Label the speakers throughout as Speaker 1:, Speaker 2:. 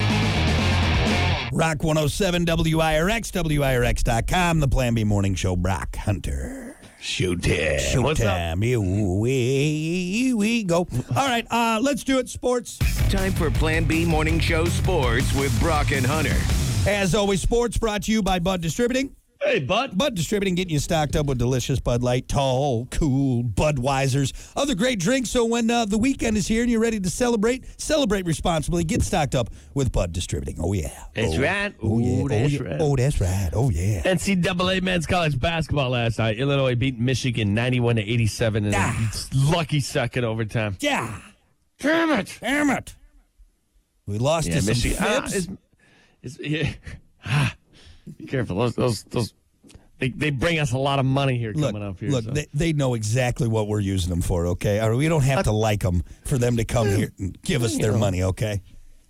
Speaker 1: Rock 107 WIRX, WIRX.com, the Plan B Morning Show, Brock Hunter.
Speaker 2: Showtime.
Speaker 1: Showtime.
Speaker 2: What's up?
Speaker 1: Here we, we go. All right, uh, let's do it, sports.
Speaker 2: Time for Plan B Morning Show Sports with Brock and Hunter.
Speaker 1: As always, sports brought to you by Bud Distributing.
Speaker 2: Hey, bud.
Speaker 1: Bud Distributing getting you stocked up with delicious Bud Light, tall, cool Budweisers, other great drinks. So when uh, the weekend is here and you're ready to celebrate, celebrate responsibly. Get stocked up with Bud Distributing. Oh yeah,
Speaker 2: That's
Speaker 1: oh,
Speaker 2: right.
Speaker 1: Oh yeah.
Speaker 2: Ooh,
Speaker 1: oh,
Speaker 2: that's
Speaker 1: yeah.
Speaker 2: right.
Speaker 1: Oh, that's right. Oh yeah.
Speaker 3: NCAA men's college basketball last night. Illinois beat Michigan 91 to 87 in a
Speaker 1: Ah.
Speaker 3: lucky second overtime.
Speaker 1: Yeah.
Speaker 3: Damn it!
Speaker 1: Damn it. We lost
Speaker 3: Yeah,
Speaker 1: to some
Speaker 3: Michigan. ah,
Speaker 1: fibs.
Speaker 3: is- is- yeah. Ah, be careful. Those, those, those. They, they bring us a lot of money here
Speaker 1: Look,
Speaker 3: coming up here.
Speaker 1: look,
Speaker 3: so.
Speaker 1: they, they know exactly what we're using them for, okay? Or we don't have to like them for them to come here and give us their money, okay?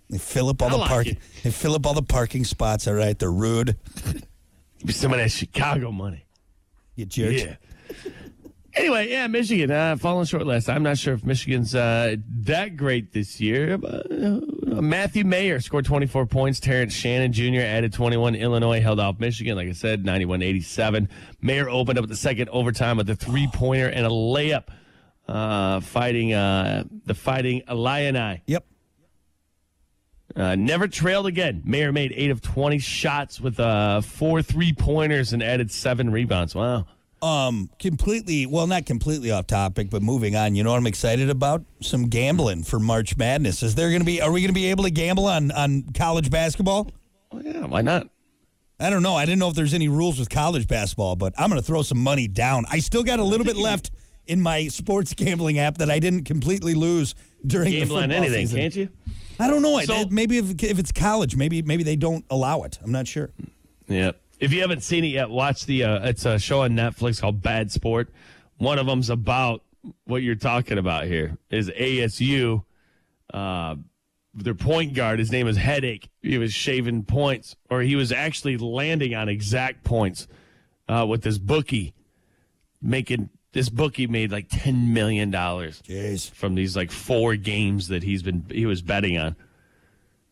Speaker 1: They fill up all
Speaker 3: I
Speaker 1: the
Speaker 3: like
Speaker 1: parking.
Speaker 3: it.
Speaker 1: They fill up all the parking spots. All right, they're rude.
Speaker 3: Give me some of that Chicago money.
Speaker 1: You jerk.
Speaker 3: Yeah. Anyway, yeah, Michigan uh, falling short last. I'm not sure if Michigan's uh, that great this year. But, uh, Matthew Mayer scored 24 points. Terrence Shannon Jr. added 21. Illinois held off Michigan, like I said, 91-87. Mayer opened up the second overtime with a three-pointer and a layup, uh, fighting uh, the Fighting Illini.
Speaker 1: Yep.
Speaker 3: Uh, never trailed again. Mayer made eight of 20 shots with uh, four three-pointers and added seven rebounds. Wow.
Speaker 1: Um, completely. Well, not completely off topic, but moving on. You know what I'm excited about? Some gambling for March Madness. Is there going to be? Are we going to be able to gamble on on college basketball?
Speaker 3: Well, yeah, why not?
Speaker 1: I don't know. I didn't know if there's any rules with college basketball, but I'm going to throw some money down. I still got a little bit left in my sports gambling app that I didn't completely lose during the
Speaker 3: gamble on
Speaker 1: football
Speaker 3: anything,
Speaker 1: season.
Speaker 3: can't you?
Speaker 1: I don't know. I-
Speaker 3: So-
Speaker 1: maybe if, if it's college, maybe maybe they don't allow it. I'm not sure.
Speaker 3: Yeah. If you haven't seen it yet, watch the. Uh, it's a show on Netflix called Bad Sport. One of them's about what you're talking about here. Is ASU, uh, their point guard. His name is Headache. He was shaving points, or he was actually landing on exact points uh, with this bookie, making this bookie made like ten million dollars.
Speaker 1: Jeez.
Speaker 3: from these like four games that he's been he was betting on.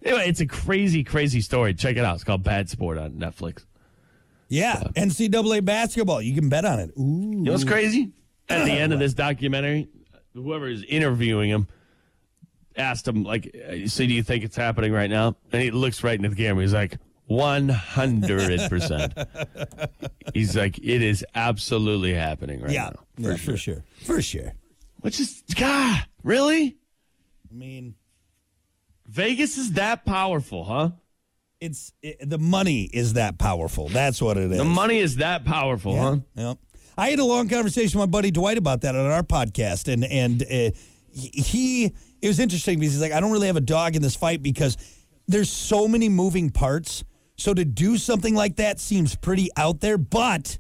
Speaker 3: Anyway, it's a crazy, crazy story. Check it out. It's called Bad Sport on Netflix.
Speaker 1: Yeah, NCAA basketball. You can bet on it. Ooh.
Speaker 3: You know what's crazy? At the end of this documentary, whoever is interviewing him asked him, like, uh, so do you think it's happening right now? And he looks right into the camera. He's like, 100%. He's like, it is absolutely happening right
Speaker 1: Yeah,
Speaker 3: now.
Speaker 1: yeah, for, sure. For sure.
Speaker 3: Which is, God, really?
Speaker 1: I mean,
Speaker 3: Vegas is that powerful, huh?
Speaker 1: it's it, the money is that powerful. That's what it is.
Speaker 3: The money is that powerful,
Speaker 1: Yeah.
Speaker 3: huh?
Speaker 1: yeah. I had a long conversation with my buddy Dwight about that on our podcast, and and uh, he- he it was interesting because he's like, I don't really have a dog in this fight because there's so many moving parts. So to do something like that seems pretty out there, but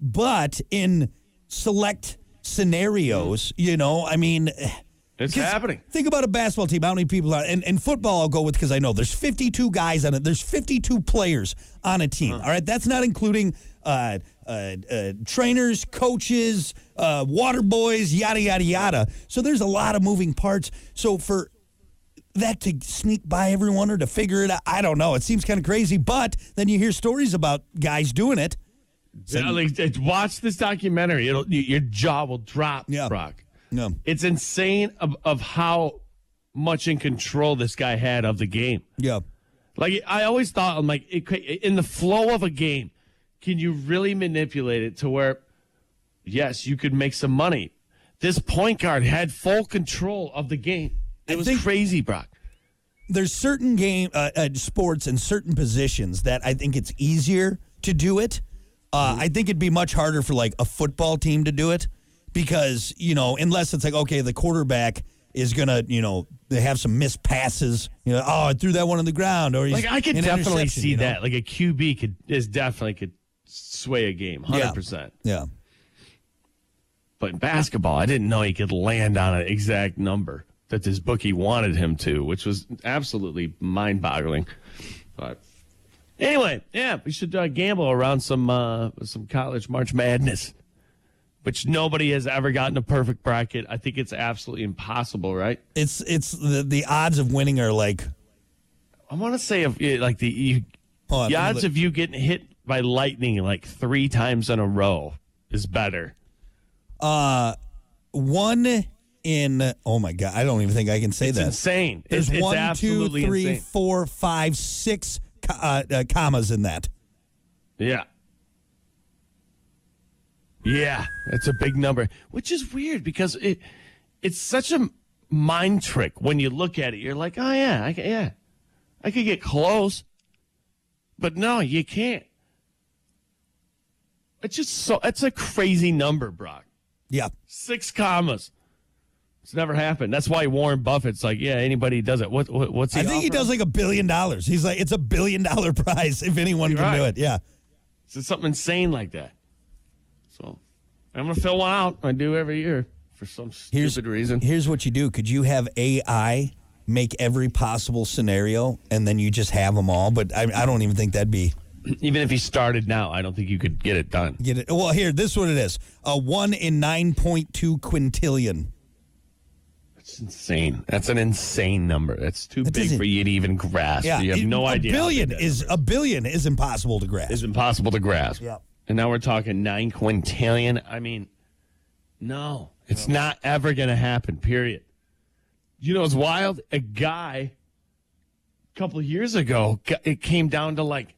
Speaker 1: but in select scenarios, you know, I mean.
Speaker 3: It's
Speaker 1: 'Cause
Speaker 3: happening.
Speaker 1: Think about a basketball team. How many people are and, and football? I'll go with because I know there's 52 guys on it. There's 52 players on a team. All right, that's not including uh, uh, uh, trainers, coaches, uh, water boys, yada yada yada. So there's a lot of moving parts. So for that to sneak by everyone or to figure it out, I don't know. It seems kind of crazy, but then you hear stories about guys doing it.
Speaker 3: Yeah, like, just watch this documentary. It'll y- your jaw will drop,
Speaker 1: Yeah.
Speaker 3: Brock.
Speaker 1: No,
Speaker 3: It's insane of, of how much in control this guy had of the game.
Speaker 1: yeah,
Speaker 3: Like I always thought, I'm like it, could- in the flow of a game, can you really manipulate it to where, yes, you could make some money. This point guard had full control of the game. It
Speaker 1: I
Speaker 3: was
Speaker 1: think-
Speaker 3: crazy, Brock.
Speaker 1: there's certain game uh, uh, sports and certain positions that I think it's easier to do it.
Speaker 3: Mm-hmm.
Speaker 1: Uh, I think it'd be much harder for like a football team to do it because you know unless it's like okay the quarterback is gonna you know they have some missed passes you know oh I threw that one on the ground or he's-
Speaker 3: Like I could
Speaker 1: an
Speaker 3: definitely
Speaker 1: interception,
Speaker 3: see
Speaker 1: you know?
Speaker 3: that. Like a QB could is definitely could sway a game, hundred percent.
Speaker 1: yeah
Speaker 3: But in basketball, I didn't know he could land on an exact number that this bookie wanted him to, which was absolutely mind boggling. But anyway, yeah, we should uh, gamble around some uh, some college March Madness, which nobody has ever gotten a perfect bracket. I think it's absolutely impossible, right?
Speaker 1: it's it's the the odds of winning are like
Speaker 3: I want to say if yeah, like the you,
Speaker 1: Hold on, let
Speaker 3: the
Speaker 1: me
Speaker 3: odds
Speaker 1: oh, look.
Speaker 3: of you getting hit by lightning like three times in a row is better.
Speaker 1: One in oh my god, I don't even think I can say
Speaker 3: It's
Speaker 1: that.
Speaker 3: insane.
Speaker 1: There's
Speaker 3: it's, it's
Speaker 1: one, two,
Speaker 3: absolutely
Speaker 1: three,
Speaker 3: insane.
Speaker 1: four, five, six co- uh, uh, commas in that.
Speaker 3: Yeah. Yeah, that's a big number, which is weird because it it's such a mind trick when you look at it. You're like, oh yeah, I ca- yeah, I could get close, but no, you can't. It's just so it's a crazy number, Brock.
Speaker 1: Yeah.
Speaker 3: Six commas. It's never happened. That's why Warren Buffett's like, yeah, anybody does it. What, what what's he?
Speaker 1: I think he
Speaker 3: offer?
Speaker 1: does like a billion dollars. He's like, it's a billion dollar prize if anyone can do
Speaker 3: right.
Speaker 1: it. Yeah.
Speaker 3: So It's something insane like that. So I'm gonna fill one out. I do every year for some
Speaker 1: Here's-
Speaker 3: stupid reason.
Speaker 1: Here's what you do. Could you have AI make every possible scenario and then you just have them all? But I, I don't even think that'd be
Speaker 3: Even if he started now, I don't think you could get it done.
Speaker 1: get it. Well, here, this is what it is. A one in nine point two quintillion.
Speaker 3: It's insane. That's an insane number. That's too
Speaker 1: That
Speaker 3: big
Speaker 1: doesn't-
Speaker 3: for you to even grasp.
Speaker 1: Yeah.
Speaker 3: you have
Speaker 1: it-
Speaker 3: no
Speaker 1: a
Speaker 3: idea. how
Speaker 1: billion
Speaker 3: big that
Speaker 1: is a billion is impossible to grasp.
Speaker 3: is impossible to grasp.
Speaker 1: Yeah.
Speaker 3: And now we're talking nine quintillion. I mean, no, it's not ever going to happen, period. You know, it's wild. A guy a couple of years ago, g- it came down to like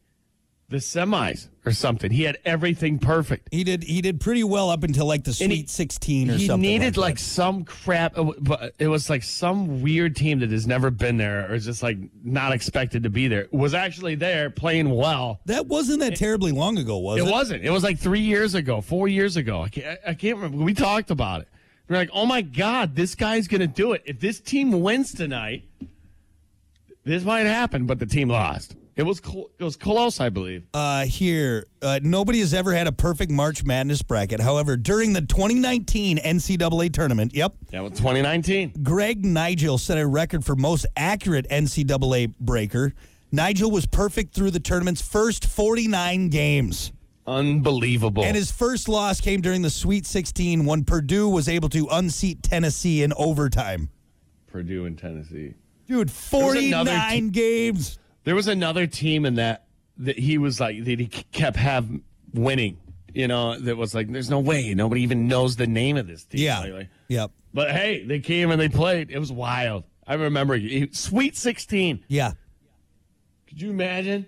Speaker 3: the semis or something. He had everything perfect.
Speaker 1: He did. He did pretty well up until like the
Speaker 3: And
Speaker 1: Sweet
Speaker 3: he-
Speaker 1: Sixteen or
Speaker 3: he
Speaker 1: something.
Speaker 3: needed
Speaker 1: like,
Speaker 3: like some crap, but it was like some weird team that has never been there or is just like not expected to be there. Was actually there playing well.
Speaker 1: that. that wasn't that terribly long ago, was it?
Speaker 3: It wasn't. It was like three years ago, four years ago. I can't, I can't remember. We talked about it. We're like, oh my God, this guy's going to do it. If this team wins tonight, this might happen, but the team lost. It was, cl- it was close, I believe.
Speaker 1: Uh, here, uh, nobody has ever had a perfect March Madness bracket. However, during the 2019 NCAA tournament, yep,
Speaker 3: Yeah, well, 2019.
Speaker 1: Greg Nigel set a record for most accurate NCAA breaker. Nigel was perfect through the tournament's first 49 games.
Speaker 3: Unbelievable.
Speaker 1: And his first loss came during the Sweet 16 when Purdue was able to unseat Tennessee in overtime.
Speaker 3: Purdue and Tennessee.
Speaker 1: Dude,
Speaker 3: was another
Speaker 1: 49 games.
Speaker 3: There was another team in that that he was like that he kept have winning. You know, that was like, there's no way nobody even knows the name of this team. Like-
Speaker 1: Yeah.
Speaker 3: like,
Speaker 1: Yep.
Speaker 3: But hey, they came and they played. It was wild. I remember it- Sweet 16.
Speaker 1: Yeah.
Speaker 3: Could you imagine?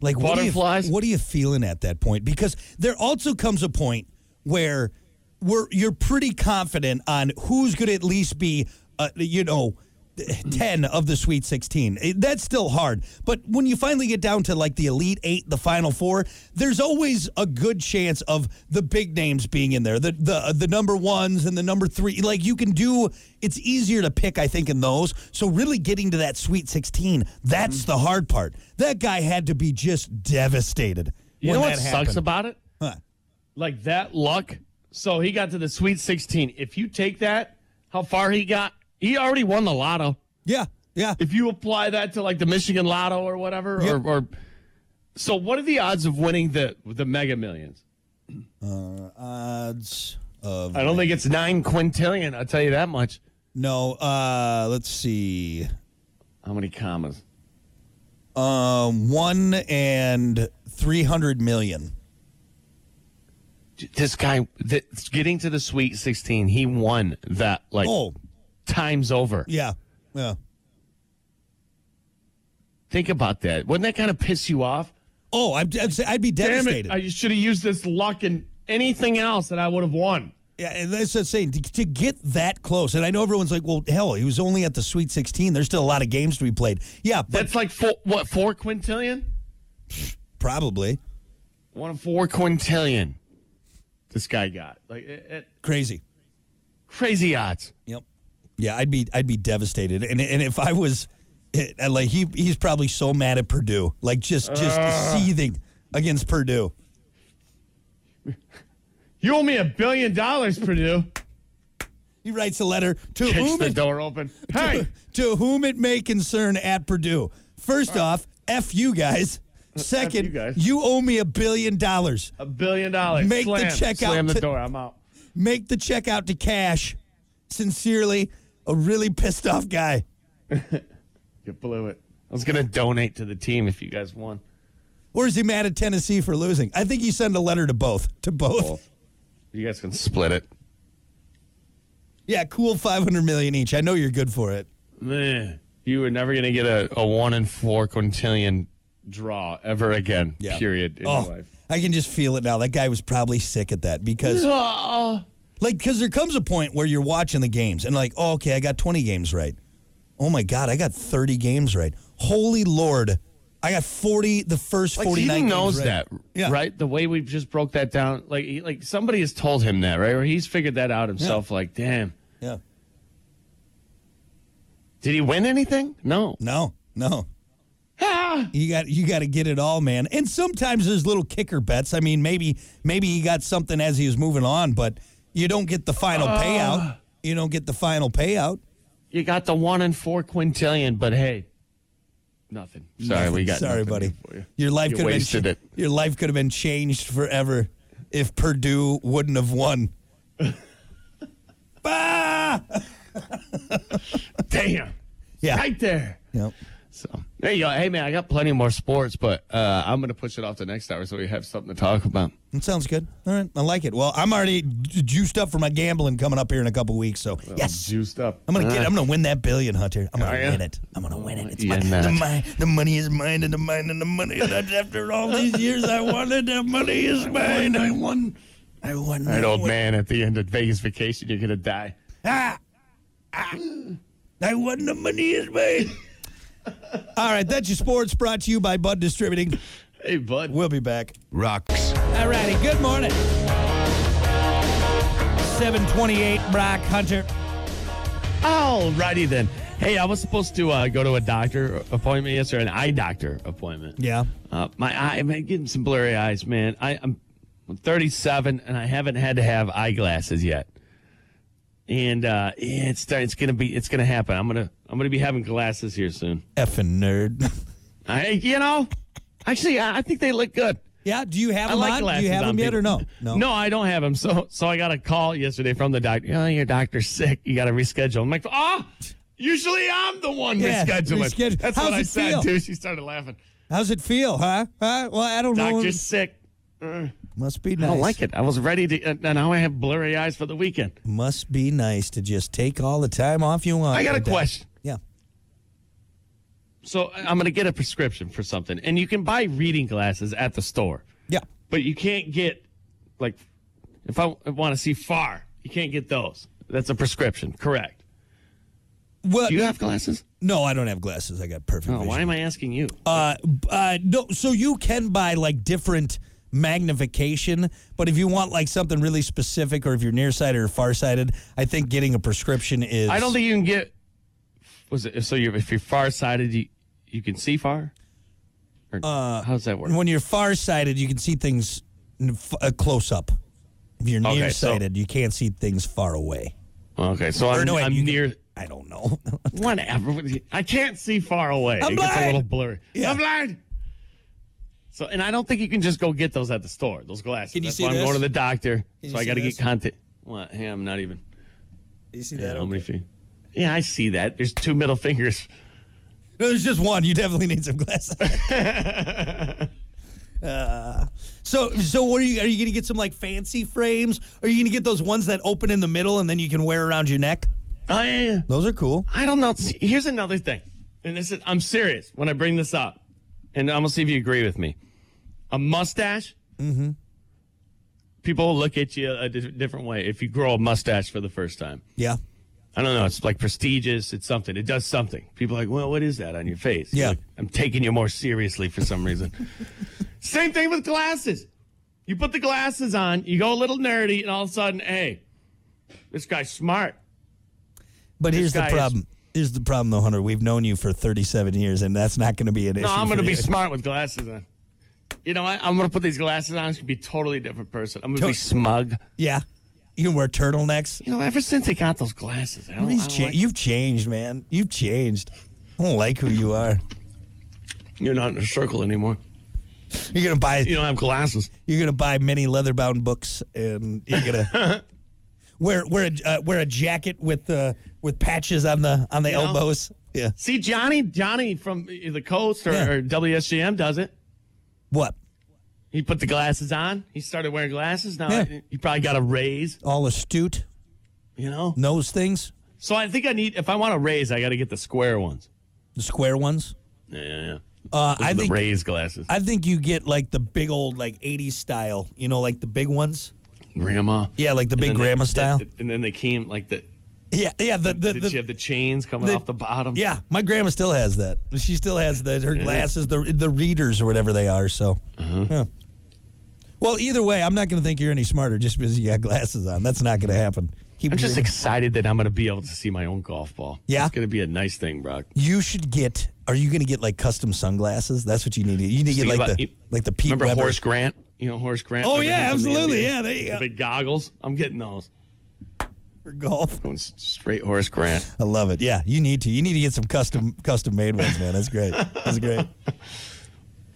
Speaker 1: Like What are,
Speaker 3: Butterflies?
Speaker 1: you, what are you feeling at that point? Because there also comes a point where we're you're pretty confident on who's going to at least be, uh, you know, ten of the Sweet Sixteen. It- That's still hard, but when you finally get down to like the Elite Eight, the Final Four, there's always a good chance of the big names being in there, the the the number ones and the number three. Like you can do, it's easier to pick, I think, in those. So really getting to that Sweet Sixteen, that's
Speaker 3: Mm-hmm.
Speaker 1: the hard part. That guy had to be just devastated.
Speaker 3: You
Speaker 1: when
Speaker 3: know
Speaker 1: that
Speaker 3: what sucks
Speaker 1: happened.
Speaker 3: about it?
Speaker 1: Huh.
Speaker 3: Like that luck. So he got to the Sweet 16. If you take that, how far he got, he already won the lotto.
Speaker 1: Yeah, yeah.
Speaker 3: If you apply that to like the Michigan lotto or whatever,
Speaker 1: Yep.
Speaker 3: or, or so what are the odds of winning the the Mega Millions?
Speaker 1: Odds of
Speaker 3: I don't think it's nine quintillion. I'll tell you that much.
Speaker 1: no. Uh, let's see.
Speaker 3: How many commas?
Speaker 1: Um, one and three hundred million.
Speaker 3: This guy, that's getting to the Sweet 16, he won that like
Speaker 1: Oh,
Speaker 3: times over.
Speaker 1: yeah, yeah.
Speaker 3: Think about that. Wouldn't that kind of piss you off?
Speaker 1: Oh, I'd, I'd, say I'd be
Speaker 3: Damn
Speaker 1: devastated.
Speaker 3: it. I should have used this luck in anything else that I would have won.
Speaker 1: yeah, and that's the saying to, to get that close. And I know everyone's like, "Well, hell, he was only at the Sweet 16. There's still a lot of games to be played." Yeah, but
Speaker 3: That's like four, what, four quintillion?
Speaker 1: probably
Speaker 3: One of four quintillion. This guy got like it, it-
Speaker 1: crazy.
Speaker 3: crazy odds.
Speaker 1: Yep. Yeah, I'd be I'd be devastated. And and if I was it, and, like he he's probably so mad at Purdue, like just just seething against Purdue.
Speaker 3: You owe me a billion dollars, Purdue.
Speaker 1: He writes a letter to
Speaker 3: Kicks
Speaker 1: whom
Speaker 3: the
Speaker 1: it,
Speaker 3: door open. Hey,
Speaker 1: to whom it may concern at Purdue. First off, f you guys. Second, you,
Speaker 3: you guys.
Speaker 1: owe me a billion dollars.
Speaker 3: a billion dollars.
Speaker 1: Make the
Speaker 3: Slam.
Speaker 1: check
Speaker 3: Slam
Speaker 1: out
Speaker 3: the
Speaker 1: to-
Speaker 3: door. I'm out.
Speaker 1: Make the check out to cash. Sincerely, a really pissed off guy.
Speaker 3: You blew it. I was gonna donate to the team if you guys won.
Speaker 1: Or is he mad at Tennessee for losing? I think he sent a letter to both. To both.
Speaker 3: You guys can split it.
Speaker 1: Yeah, cool 500 million each. I know you're good for it.
Speaker 3: Meh. You were never gonna get a, a one in four quintillion draw ever again.
Speaker 1: Yeah.
Speaker 3: Period. In
Speaker 1: Oh,
Speaker 3: your life.
Speaker 1: I can just feel it now. That guy was probably sick at that because like because there comes a point where you're watching the games and like, oh, okay, I got 20 games right. Oh my god, I got 30 games right. Holy lord, I got 40 the first
Speaker 3: Like,
Speaker 1: 49
Speaker 3: he
Speaker 1: games
Speaker 3: knows
Speaker 1: right.
Speaker 3: that,
Speaker 1: Yeah.
Speaker 3: right? The way we just broke that down, like, he, like somebody has told him that, right? Or he's figured that out himself. Like, damn,
Speaker 1: Yeah.
Speaker 3: did he win anything? No.
Speaker 1: No, no. You got you got to get it all, man. And sometimes there's little kicker bets. I mean, maybe maybe he got something as he was moving on, but you don't get the final payout. You don't get the final payout.
Speaker 3: You got the one in four quintillion, but hey, nothing. Sorry, we got.
Speaker 1: Sorry,
Speaker 3: nothing
Speaker 1: buddy.
Speaker 3: for you.
Speaker 1: Your life
Speaker 3: You
Speaker 1: could have
Speaker 3: wasted
Speaker 1: been
Speaker 3: it.
Speaker 1: cha- your life could have been changed forever if Purdue wouldn't have won. bah!
Speaker 3: Damn.
Speaker 1: Yeah.
Speaker 3: Right there.
Speaker 1: Yep.
Speaker 3: So hey, yo, hey man, I got plenty more sports, but uh, I'm gonna push it off to next hour so we have something to talk about.
Speaker 1: That sounds good. All right, I like it. Well, I'm already ju- juiced up for my gambling coming up here in a couple weeks. So yes,
Speaker 3: Juiced up.
Speaker 1: I'm gonna get. I'm gonna win that billion, Hunter. I'm gonna
Speaker 3: Are ya?
Speaker 1: win it. I'm gonna win it. It's
Speaker 3: You're
Speaker 1: mine.
Speaker 3: not.
Speaker 1: The, mine. the money is mine, and the mine, and the money. is- After all these years, I wanted that money is mine. I won. I won.
Speaker 3: All
Speaker 1: I
Speaker 3: right, old
Speaker 1: won.
Speaker 3: man, at the end of Vegas vacation, you're gonna die.
Speaker 1: Ah, ah. I won. The money is mine. all right, that's your sports brought to you by Bud Distributing.
Speaker 3: Hey, bud.
Speaker 1: We'll be back.
Speaker 2: Rocks.
Speaker 1: All righty. Good morning. 728 Brock Hunter.
Speaker 3: Alrighty then. Hey, I was supposed to uh, go to a doctor appointment yesterday, an eye doctor appointment.
Speaker 1: Yeah.
Speaker 3: Uh, my eye, I'm getting some blurry eyes, man. I, I'm, I'm 37 and I haven't had to have eyeglasses yet. And uh, yeah, it's it's gonna be it's gonna happen. I'm gonna I'm gonna be having glasses here soon.
Speaker 1: Effing nerd.
Speaker 3: I you know, actually I, I think they look good.
Speaker 1: Yeah, do you have
Speaker 3: I
Speaker 1: them
Speaker 3: like
Speaker 1: on?
Speaker 3: glasses.
Speaker 1: do you have
Speaker 3: on
Speaker 1: them yet
Speaker 3: people.
Speaker 1: or no?
Speaker 3: No, I don't have them. So so I got a call yesterday from the doctor. Oh, your doctor's sick. You got to reschedule. I'm like, ah. Usually I'm the one
Speaker 1: Yeah,
Speaker 3: rescheduling.
Speaker 1: reschedule.
Speaker 3: That's
Speaker 1: How's
Speaker 3: what I
Speaker 1: it
Speaker 3: said
Speaker 1: feel?
Speaker 3: too. She started laughing.
Speaker 1: How's it feel, huh? Huh? Well, I don't know.
Speaker 3: Doctor's sick.
Speaker 1: Must be
Speaker 3: I
Speaker 1: nice.
Speaker 3: don't like it. I was ready to. Uh, now I have blurry eyes for the weekend.
Speaker 1: Must be nice to just take all the time off you want.
Speaker 3: I got a
Speaker 1: like that.
Speaker 3: question.
Speaker 1: Yeah.
Speaker 3: So I'm going to get a prescription for something, and you can buy reading glasses at the store,
Speaker 1: Yeah.
Speaker 3: but you can't get like if I want to see far, you can't get those. That's a prescription, correct?
Speaker 1: Well,
Speaker 3: Do you have glasses?
Speaker 1: no, I don't have glasses. I got perfect
Speaker 3: No.
Speaker 1: vision.
Speaker 3: Why am I asking you?
Speaker 1: Uh, b- uh, no, so you can buy like different magnification, but if you want like something really specific or if you're nearsighted or farsighted, I think getting a prescription is.
Speaker 3: I don't think you can get. Was it so? You're, if you're farsighted, you you can see far. Or
Speaker 1: Uh,
Speaker 3: how does that work?
Speaker 1: When you're farsighted, you can see things n- f- uh, close up. If you're
Speaker 3: Okay, so-
Speaker 1: nearsighted, you can't see things far away.
Speaker 3: Okay, so
Speaker 1: Or
Speaker 3: I'm,
Speaker 1: no, wait,
Speaker 3: I'm
Speaker 1: you can-
Speaker 3: near.
Speaker 1: I don't know.
Speaker 3: Whatever. I can't see far away.
Speaker 1: I'm
Speaker 3: it gets a
Speaker 1: blind.
Speaker 3: little blurry.
Speaker 1: Yeah.
Speaker 3: I'm blind. So, and I don't think you can just go get those at the store. Those glasses.
Speaker 1: Can you
Speaker 3: That's
Speaker 1: see
Speaker 3: why
Speaker 1: this?
Speaker 3: I'm going to the doctor.
Speaker 1: Can you
Speaker 3: so I
Speaker 1: see
Speaker 3: got to
Speaker 1: this?
Speaker 3: get contact. What? Hey, I'm not even.
Speaker 1: you see
Speaker 3: Yeah, how many feet? Yeah, I see that. There's two middle fingers.
Speaker 1: No, there's just one. You definitely need some glasses. Uh, so, so what are you? Are you gonna get some like fancy frames? Are you gonna get those ones that open in the middle and then you can wear around your neck?
Speaker 3: Oh, yeah, yeah.
Speaker 1: Those are cool.
Speaker 3: I don't know. See, Here's another thing, and this is I'm serious when I bring this up, and I'm gonna see if you agree with me. A mustache. Mm-hmm. People will look at you a di- different way if you grow a mustache for the first time.
Speaker 1: Yeah,
Speaker 3: I don't know. It's like prestigious. It's something. It does something. People are like, well, what is that on your face? You're
Speaker 1: Yeah.
Speaker 3: like, I'm taking you more seriously for some reason. Same thing with glasses. You put the glasses on, you go a little nerdy, and all of a sudden, hey, this guy's smart.
Speaker 1: but here's the
Speaker 3: guy is-
Speaker 1: problem. Here's the problem, though, Hunter. We've known you for 37 years, and that's not going to be an issue.
Speaker 3: No, I'm going
Speaker 1: for
Speaker 3: to be
Speaker 1: you.
Speaker 3: smart with glasses on. You know what? I'm going to put these glasses on. It's going to be a totally different person. I'm going to
Speaker 1: To-
Speaker 3: be smug.
Speaker 1: Yeah, you can wear turtlenecks.
Speaker 3: You know, ever since I got those glasses, I don't, Oh, I
Speaker 1: Nobody's
Speaker 3: don't
Speaker 1: cha-
Speaker 3: like-
Speaker 1: you've changed, man. You've changed. I don't like who you are.
Speaker 3: you're not in a circle anymore.
Speaker 1: You're gonna buy.
Speaker 3: You don't have glasses.
Speaker 1: You're gonna buy many leather-bound books, and you're gonna wear wear a, uh, wear a jacket with uh, with patches on the on the
Speaker 3: know?
Speaker 1: elbows. Yeah.
Speaker 3: See, Johnny, Johnny from the coast or,
Speaker 1: Yeah.
Speaker 3: or WSGM does it.
Speaker 1: What?
Speaker 3: He put the glasses on. He started wearing glasses. Now
Speaker 1: Yeah.
Speaker 3: he probably got a raise,
Speaker 1: All astute
Speaker 3: you know?
Speaker 1: knows things,
Speaker 3: So I think I need, if I want a raise, I got to get the square ones.
Speaker 1: the square ones.
Speaker 3: Yeah, yeah, yeah.
Speaker 1: Uh, I
Speaker 3: the
Speaker 1: think
Speaker 3: raised glasses.
Speaker 1: I think you get like the big old like '80s style. You know, like the big ones.
Speaker 3: grandma.
Speaker 1: Yeah, like the big
Speaker 3: And then
Speaker 1: grandma
Speaker 3: they-
Speaker 1: style.
Speaker 3: and then they came like the,
Speaker 1: yeah, yeah. The the,
Speaker 3: did
Speaker 1: the-
Speaker 3: she have the chains coming
Speaker 1: the-
Speaker 3: off the bottom?
Speaker 1: yeah. My grandma still has that. She still has the her glasses, the the readers or whatever they are. So.
Speaker 3: Mm-hmm.
Speaker 1: Yeah. Well, either way, I'm not going to think you're any smarter just because you got glasses on. That's not going to happen. Keep
Speaker 3: I'm just
Speaker 1: your-
Speaker 3: excited that I'm going to be able to see my own golf ball.
Speaker 1: Yeah?
Speaker 3: It's going to be a nice thing, Brock.
Speaker 1: You should get. Are you going to get like custom sunglasses? That's what you need. to- You need to get
Speaker 3: Think
Speaker 1: like
Speaker 3: about-
Speaker 1: the
Speaker 3: you-
Speaker 1: like the Pete
Speaker 3: Remember
Speaker 1: Weber.
Speaker 3: Horace Grant? You know, Horace Grant?
Speaker 1: Oh,
Speaker 3: Like,
Speaker 1: yeah,
Speaker 3: from the
Speaker 1: absolutely.
Speaker 3: NBA.
Speaker 1: Yeah, there you
Speaker 3: The
Speaker 1: go.
Speaker 3: big goggles. I'm getting those.
Speaker 1: for golf.
Speaker 3: Going s- straight Horace Grant.
Speaker 1: I love it. Yeah, you need to. You need to get some custom custom made ones, man. That's great. That's great.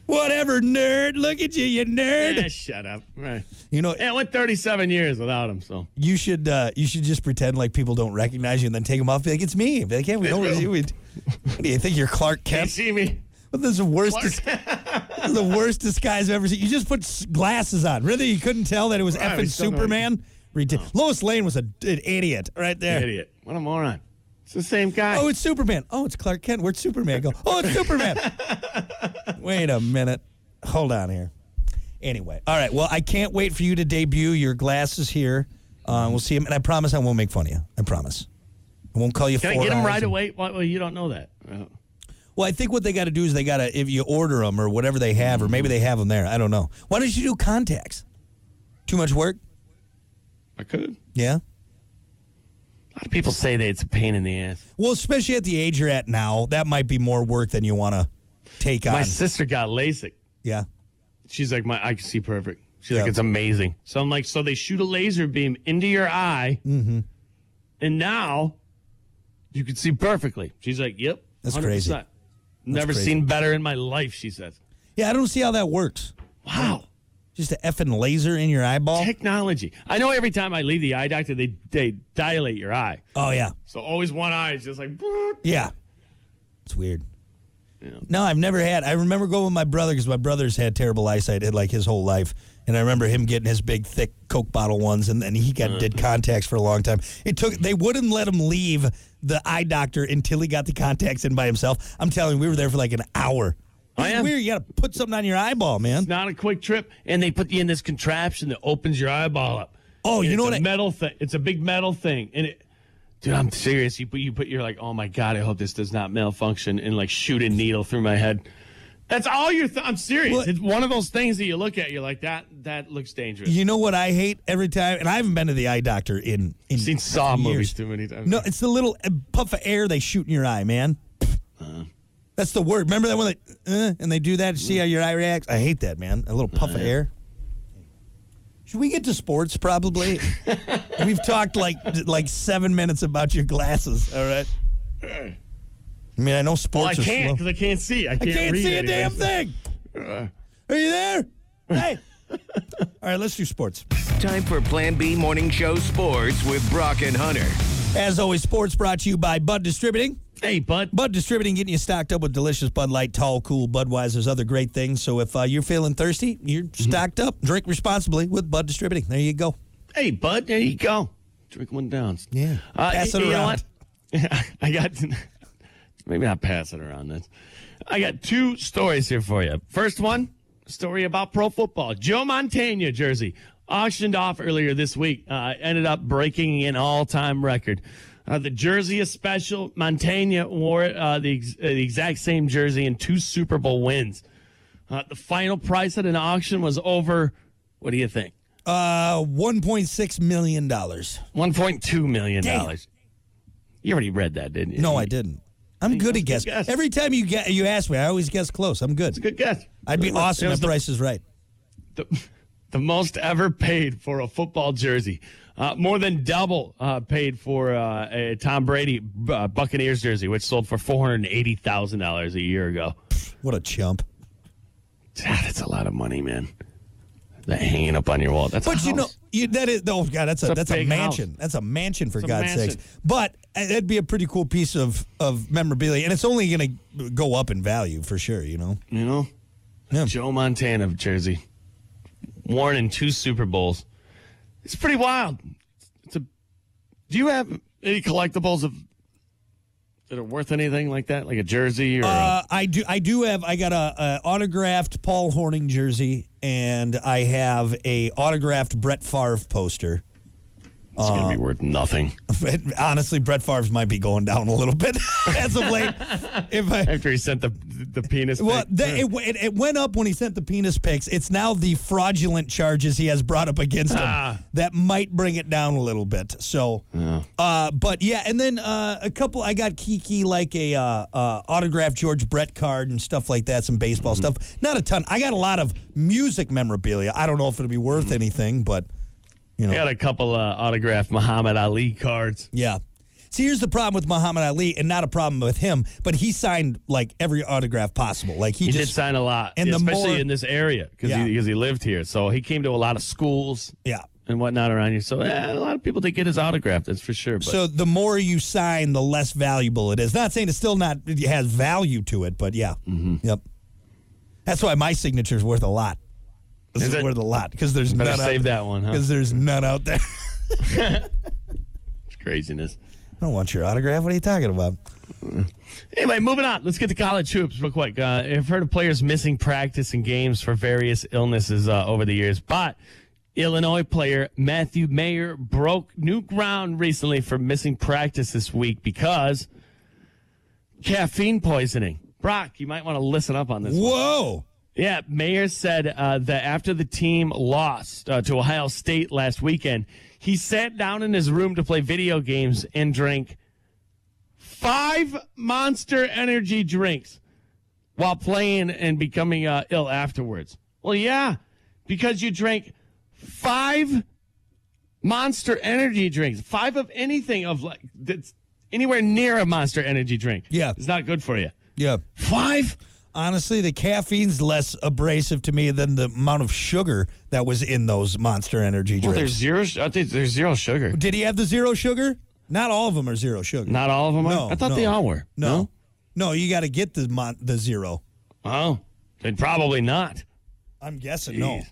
Speaker 1: Whatever, nerd. Look at you, you nerd.
Speaker 3: Yeah, shut up. Right.
Speaker 1: You know,
Speaker 3: Yeah, I went 37 years without him, so.
Speaker 1: you should uh, you should just pretend like people don't recognize you, and then take them off. Be like, it's me. Be like, yeah, we don't. We, we, what do you think you're Clark
Speaker 3: Can't
Speaker 1: Kent?
Speaker 3: see me.
Speaker 1: Well, this is the worst.
Speaker 3: Clark.
Speaker 1: Dis- this is the worst disguise I've ever seen. You just put s- glasses on. Really, you couldn't tell that it was
Speaker 3: Right, we
Speaker 1: effing
Speaker 3: still know
Speaker 1: Superman. Reti- Lois Lane was a, an idiot right there.
Speaker 3: Idiot. What a moron. It's the same guy.
Speaker 1: Oh, it's Superman. Oh, it's Clark Kent. Where'd Superman go? Oh, it's Superman. wait a minute. Hold on here. Anyway, all right. Well, I can't wait for you to debut your glasses here. Uh, we'll see him, and I promise I won't make fun of you. I promise. I won't call you.
Speaker 3: Can I
Speaker 1: four
Speaker 3: get him
Speaker 1: eyes
Speaker 3: right
Speaker 1: and-
Speaker 3: away? Well, well, you don't know that. Uh,
Speaker 1: Well, I think what they got to do is they got to if you order them or whatever they have, or maybe they have them there. I don't know. Why don't you do contacts? Too much work.
Speaker 3: I could.
Speaker 1: Yeah.
Speaker 3: A lot of people say that it's a pain in the ass.
Speaker 1: Well, especially at the age you're at now, that might be more work than you want to take
Speaker 3: My
Speaker 1: on.
Speaker 3: sister got LASIK.
Speaker 1: yeah.
Speaker 3: She's like, my I can see perfect. She's
Speaker 1: Yeah.
Speaker 3: like, it's amazing. So I'm like, so they shoot a laser beam into your eye,
Speaker 1: Mm-hmm.
Speaker 3: and now you can see perfectly. She's like, yep,
Speaker 1: That's crazy.
Speaker 3: Never
Speaker 1: crazy.
Speaker 3: seen better in my life. She says,
Speaker 1: Yeah, I don't see how that works.
Speaker 3: wow,
Speaker 1: Just an effing laser in your eyeball?
Speaker 3: technology. I know every time I leave the eye doctor, they they dilate your eye.
Speaker 1: Oh yeah,
Speaker 3: So always one eye is just like, "Boop."
Speaker 1: yeah. It's weird. No, I've never had. I remember going with my brother because my brother's had terrible eyesight had, like his whole life, and I remember him getting his big thick Coke bottle ones, and then he
Speaker 3: Uh-huh.
Speaker 1: got did contacts for a long time. It took they wouldn't let him leave the eye doctor until he got the contacts in by himself. I'm telling you, we were there for like an hour.
Speaker 3: I
Speaker 1: It's
Speaker 3: am-
Speaker 1: weird. You got to put something on your eyeball, man.
Speaker 3: not a quick trip. And they put you in this contraption that opens your eyeball up.
Speaker 1: Oh,
Speaker 3: And
Speaker 1: you
Speaker 3: it's
Speaker 1: know
Speaker 3: a
Speaker 1: what? I,
Speaker 3: metal thing. It's a big metal thing, and it. Dude, I'm serious. You put you put you're like, oh my god, I hope this does not malfunction and like shoot a needle through my head. That's all you're. Th- I'm serious.
Speaker 1: Well-
Speaker 3: it's one of those things that you look at. You're like, that that looks dangerous.
Speaker 1: you know what I hate every time, and I haven't been to the eye doctor in in
Speaker 3: I've seen Saw
Speaker 1: years.
Speaker 3: movies too many times.
Speaker 1: No, it's the little uh, puff of air they shoot in your eye, man.
Speaker 3: Uh-huh.
Speaker 1: That's the word. Remember that one? Like, uh, and they do that to see how your eye reacts. I hate that, man. A little puff of air. Should we get to sports? Probably. We've talked like like seven minutes about your glasses. All right. I mean, I know
Speaker 3: well, I
Speaker 1: sports.
Speaker 3: can't
Speaker 1: Are
Speaker 3: because
Speaker 1: slow.
Speaker 3: I can't see. I can't,
Speaker 1: I can't
Speaker 3: read Uh.
Speaker 1: see a
Speaker 3: anything.
Speaker 1: damn thing. Are you there? Hey. all right, let's do sports.
Speaker 2: Time for Plan B Morning Show Sports with Brock and Hunter.
Speaker 1: As always, sports brought to you by Bud Distributing.
Speaker 3: Hey, bud.
Speaker 1: Bud Distributing getting you stocked up with delicious Bud Light, Tall, Cool, Budweiser's, other great things. So if uh, you're feeling thirsty, you're
Speaker 3: Mm-hmm.
Speaker 1: stocked up. Drink responsibly with Bud Distributing. There you go.
Speaker 3: Hey, bud. There you go. Drink one down.
Speaker 1: Yeah.
Speaker 3: Uh,
Speaker 1: Pass
Speaker 3: y-
Speaker 1: it
Speaker 3: you
Speaker 1: around.
Speaker 3: Know what? I got maybe not pass it around. That's I got two stories here for you. First one, story about pro football. Joe Montana jersey auctioned off earlier this week. Uh, ended up breaking an all-time record. Uh, the jersey is special. Montana wore uh, the, ex- uh, the exact same jersey in two Super Bowl wins. Uh, the final price at an auction was over. What do you think?
Speaker 1: Uh, $1.6 million. No,
Speaker 3: One point two million
Speaker 1: Damn.
Speaker 3: dollars. You already read that, didn't you?
Speaker 1: I didn't. I'm good at guessing.
Speaker 3: guess.
Speaker 1: Every time you get, you ask me, I always guess close. I'm good.
Speaker 3: Good guess.
Speaker 1: I'd be
Speaker 3: It was-
Speaker 1: awesome
Speaker 3: it
Speaker 1: if
Speaker 3: was the,
Speaker 1: Price is right.
Speaker 3: the, the most ever paid for a football jersey. Uh, more than double uh, paid for uh, a Tom Brady uh, Buccaneers jersey, which sold for four hundred eighty thousand dollars a year ago.
Speaker 1: What a chump.
Speaker 3: God, that's a lot of money, man. That hanging up on your wall. That's a
Speaker 1: But you know,
Speaker 3: house.
Speaker 1: you, that is oh god, that's a,
Speaker 3: It's a
Speaker 1: that's a
Speaker 3: big
Speaker 1: mansion.
Speaker 3: house.
Speaker 1: That's a mansion for
Speaker 3: It's a
Speaker 1: God's
Speaker 3: mansion.
Speaker 1: sakes. But And That'd be a pretty cool piece of, of memorabilia, and it's only going to go up in value for sure. You know,
Speaker 3: You know,
Speaker 1: Yeah.
Speaker 3: Joe Montana of Jersey, worn in two Super Bowls. It's pretty wild. It's a. Do you have any collectibles of that are worth anything like that, like a jersey or?
Speaker 1: uh, I do. I do have. I got a, a autographed Paul Horning jersey, and I have a autographed Brett Favre poster.
Speaker 3: a, it's gonna be
Speaker 1: Uh,
Speaker 3: worth nothing
Speaker 1: But honestly, Brett Favre might be going down a little bit as of late. if I,
Speaker 3: after he sent the the penis.
Speaker 1: Well,
Speaker 3: pic.
Speaker 1: they, it, it, it went up when he sent the penis pics. It's now the fraudulent charges he has brought up against him
Speaker 3: Ah.
Speaker 1: that might bring it down a little bit. So, uh, but yeah, and then uh, a couple. I got Kiki like a uh, uh, autographed George Brett card and stuff like that. Some baseball
Speaker 3: Mm-hmm.
Speaker 1: stuff. Not a ton. I got a lot of music memorabilia. I don't know if it'll be
Speaker 3: Mm.
Speaker 1: worth anything, but
Speaker 3: I got a couple uh, autographed Muhammad Ali cards.
Speaker 1: yeah. See, here's the problem with Muhammad Ali, and not a problem with him, but he signed like every autograph possible. Like he,
Speaker 3: He
Speaker 1: just
Speaker 3: did sign a lot,
Speaker 1: and the
Speaker 3: especially
Speaker 1: more-
Speaker 3: in this area because
Speaker 1: Yeah.
Speaker 3: he, 'cause he lived here. So he came to a lot of schools
Speaker 1: yeah.
Speaker 3: and whatnot around here. So eh, a lot of people did get his autograph. That's for sure. But
Speaker 1: So the more you sign, the less valuable it is. Not saying it's still not it has value to it, but yeah,
Speaker 3: Mm-hmm.
Speaker 1: yep. That's why my signature's worth a lot. It's
Speaker 3: Is it?
Speaker 1: worth a lot because there's
Speaker 3: better
Speaker 1: none
Speaker 3: save
Speaker 1: out
Speaker 3: that one, huh?
Speaker 1: because there's none out there.
Speaker 3: It's craziness.
Speaker 1: I don't want your autograph. What are you talking about?
Speaker 3: Anyway, moving on. Let's get to college hoops real quick. Uh, I've heard of players missing practice and games for various illnesses uh, over the years, but Illinois player Matthew Mayer broke new ground recently for missing practice this week because caffeine poisoning. Brock, you might want to listen up on this. one.
Speaker 1: Whoa!
Speaker 3: Yeah, Mayer said uh, that after the team lost uh, to Ohio State last weekend, he sat down in his room to play video games and drank five monster energy drinks while playing and becoming uh, ill afterwards. Well, yeah, because you drank five monster energy drinks, five of anything of like that's anywhere near a monster energy drink.
Speaker 1: Yeah.
Speaker 3: It's not good for you.
Speaker 1: Yeah.
Speaker 3: Five?
Speaker 1: Honestly, the caffeine's less abrasive to me than the amount of sugar that was in those Monster Energy
Speaker 3: Well,
Speaker 1: drinks.
Speaker 3: there's zero. I think there's zero sugar.
Speaker 1: Did he have the zero sugar? Not all of them are zero sugar.
Speaker 3: Not all of them
Speaker 1: No,
Speaker 3: are? I thought
Speaker 1: no.
Speaker 3: they all were.
Speaker 1: no, no. you got to get the mon- the zero.
Speaker 3: No? Oh, then probably not.
Speaker 1: I'm guessing no.
Speaker 3: Jeez.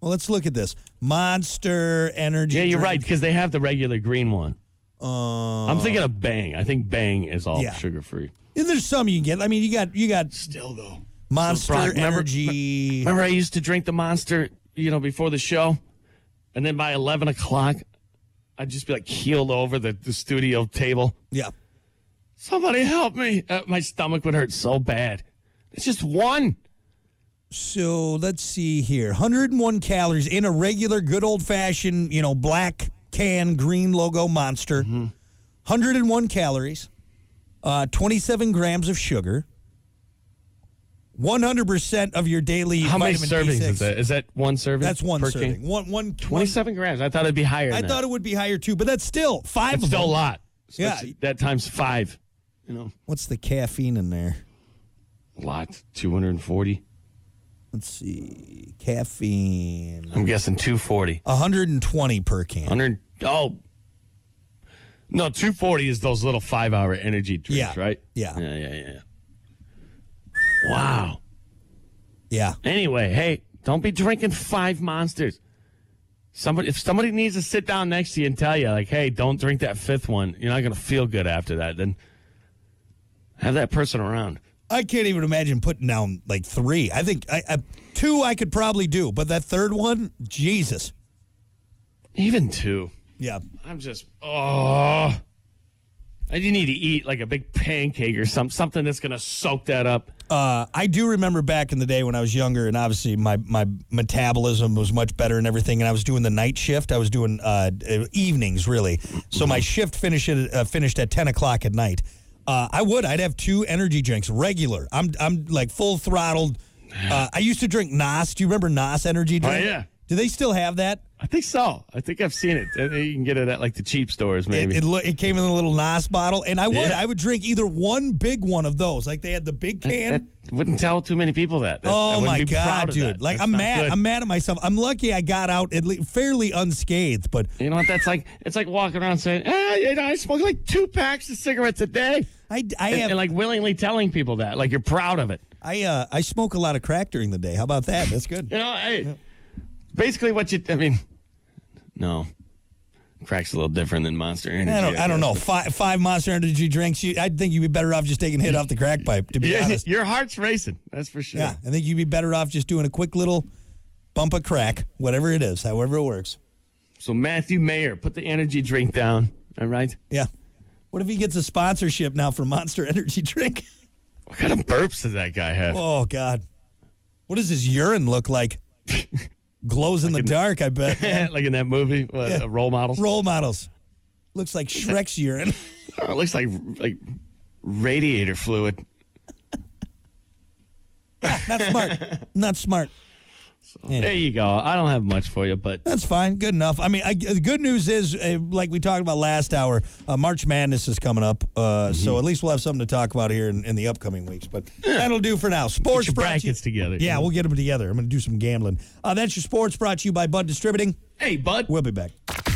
Speaker 1: Well, let's look at this. Monster Energy.
Speaker 3: Yeah, you're right,
Speaker 1: drink.
Speaker 3: because they have the regular green one. I'm thinking of Bang. I think Bang is all
Speaker 1: Uh, Yeah.
Speaker 3: sugar free.
Speaker 1: And there's some you can get. I mean, you got you got
Speaker 3: Still, though.
Speaker 1: Monster
Speaker 3: Brock, remember-
Speaker 1: Energy.
Speaker 3: Remember, I used to drink the monster, you know, before the show? And then by 11 o'clock, I'd just be like keeled over the, the studio table.
Speaker 1: yeah.
Speaker 3: Somebody help me. Uh, my stomach would hurt so bad. It's just one.
Speaker 1: So let's see here. 101 calories in a regular, good old fashioned, you know, black can, green logo Monster.
Speaker 3: Mm-hmm.
Speaker 1: 101 calories, uh, 27 grams of sugar. 100% of your daily
Speaker 3: How many
Speaker 1: vitamin
Speaker 3: servings
Speaker 1: B6.
Speaker 3: is that? Is that one serving?
Speaker 1: That's one
Speaker 3: per
Speaker 1: serving.
Speaker 3: can?
Speaker 1: One, one,
Speaker 3: 27 grams. I thought it'd be higher.
Speaker 1: I
Speaker 3: than
Speaker 1: thought
Speaker 3: that.
Speaker 1: it would be higher too, but that's still five
Speaker 3: It's
Speaker 1: of
Speaker 3: still a
Speaker 1: them.
Speaker 3: lot. So
Speaker 1: Yeah.
Speaker 3: that's- that times five. You know,
Speaker 1: What's the caffeine in there?
Speaker 3: a lot. Two hundred and forty.
Speaker 1: Let's see. Caffeine.
Speaker 3: I'm guessing two forty.
Speaker 1: 120 per can.
Speaker 3: Hundred. Oh. No, two forty is those little five-hour energy drinks,
Speaker 1: Yeah.
Speaker 3: right?
Speaker 1: Yeah.
Speaker 3: Yeah, yeah, yeah. Wow.
Speaker 1: Yeah.
Speaker 3: Anyway, hey, don't be drinking five monsters. Somebody, if somebody needs to sit down next to you and tell you, like, hey, don't drink that fifth one, you're not gonna feel good after that. Then have that person around.
Speaker 1: I can't even imagine putting down like three. I think I, I two I could probably do, but that third one, Jesus.
Speaker 3: Even two.
Speaker 1: Yeah.
Speaker 3: I'm just oh. I do need to eat like a big pancake or something, something that's gonna soak that up.
Speaker 1: Uh, I do remember back in the day when I was younger, and obviously my, my metabolism was much better and everything. And I was doing the night shift. I was doing uh, uh, evenings really, so
Speaker 3: Mm-hmm.
Speaker 1: my shift finished at, uh, finished at ten o'clock at night. Uh, I would. I'd have two energy drinks regular. I'm I'm like full throttled. Uh, I used to drink Nas. Do you remember Nas energy drink?
Speaker 3: Oh, yeah.
Speaker 1: Do they still have that?
Speaker 3: I think so. I think I've seen it. I think You can get it at like the cheap stores,
Speaker 1: It,
Speaker 3: maybe.
Speaker 1: it, lo- it came in a little Nas bottle, and I would
Speaker 3: Yeah.
Speaker 1: I would drink either one big one of those. Like they had the big can.
Speaker 3: that wouldn't tell too many people that. That- I
Speaker 1: Oh
Speaker 3: wouldn't
Speaker 1: my
Speaker 3: be proud
Speaker 1: god,
Speaker 3: of
Speaker 1: dude!
Speaker 3: that.
Speaker 1: Like
Speaker 3: That's
Speaker 1: I'm
Speaker 3: not
Speaker 1: mad.
Speaker 3: good.
Speaker 1: I'm mad at myself. I'm lucky I got out at least fairly unscathed, but
Speaker 3: You know what? That's like it's like walking around saying, ah, you know, I smoked like two packs of cigarettes a day,
Speaker 1: I I
Speaker 3: and,
Speaker 1: have
Speaker 3: and like willingly telling people that, like you're proud of it.
Speaker 1: I uh I smoke a lot of crack during the day. How about that? That's good.
Speaker 3: You know, I, basically what you. I mean, no, crack's a little different than Monster Energy.
Speaker 1: I don't, I don't know.
Speaker 3: guess.
Speaker 1: Five, five Monster Energy drinks. You, I think you'd be better off just taking a hit off the crack pipe. To be
Speaker 3: Yeah,
Speaker 1: honest,
Speaker 3: your heart's racing. That's for sure.
Speaker 1: yeah, I think you'd be better off just doing a quick little bump of crack, whatever it is, however it works.
Speaker 3: So Matthew Mayer, put the energy drink down. All right.
Speaker 1: Yeah. What if he gets a sponsorship now for Monster Energy drink?
Speaker 3: What kind of burps does that guy have?
Speaker 1: Oh God, what does his urine look like? Glows in the dark. I bet.
Speaker 3: like in that movie, what,
Speaker 1: Yeah.
Speaker 3: uh, role models.
Speaker 1: Role models. Looks like Shrek's urine.
Speaker 3: Oh, it looks like like radiator fluid.
Speaker 1: Not smart. Not smart.
Speaker 3: There you go. I don't have much for you, but
Speaker 1: That's fine. Good enough. I mean, I, the good news is, uh, like we talked about last hour, uh, March Madness is coming up. Uh,
Speaker 3: Mm-hmm.
Speaker 1: So at least we'll have something to talk about here in, in the upcoming weeks. But that'll do for now. Sports
Speaker 3: your
Speaker 1: brought to you-
Speaker 3: brackets together.
Speaker 1: Yeah, we'll get them together. I'm going to do some gambling. Uh, that's your sports brought to you by Bud Distributing.
Speaker 3: hey, bud.
Speaker 1: We'll be back.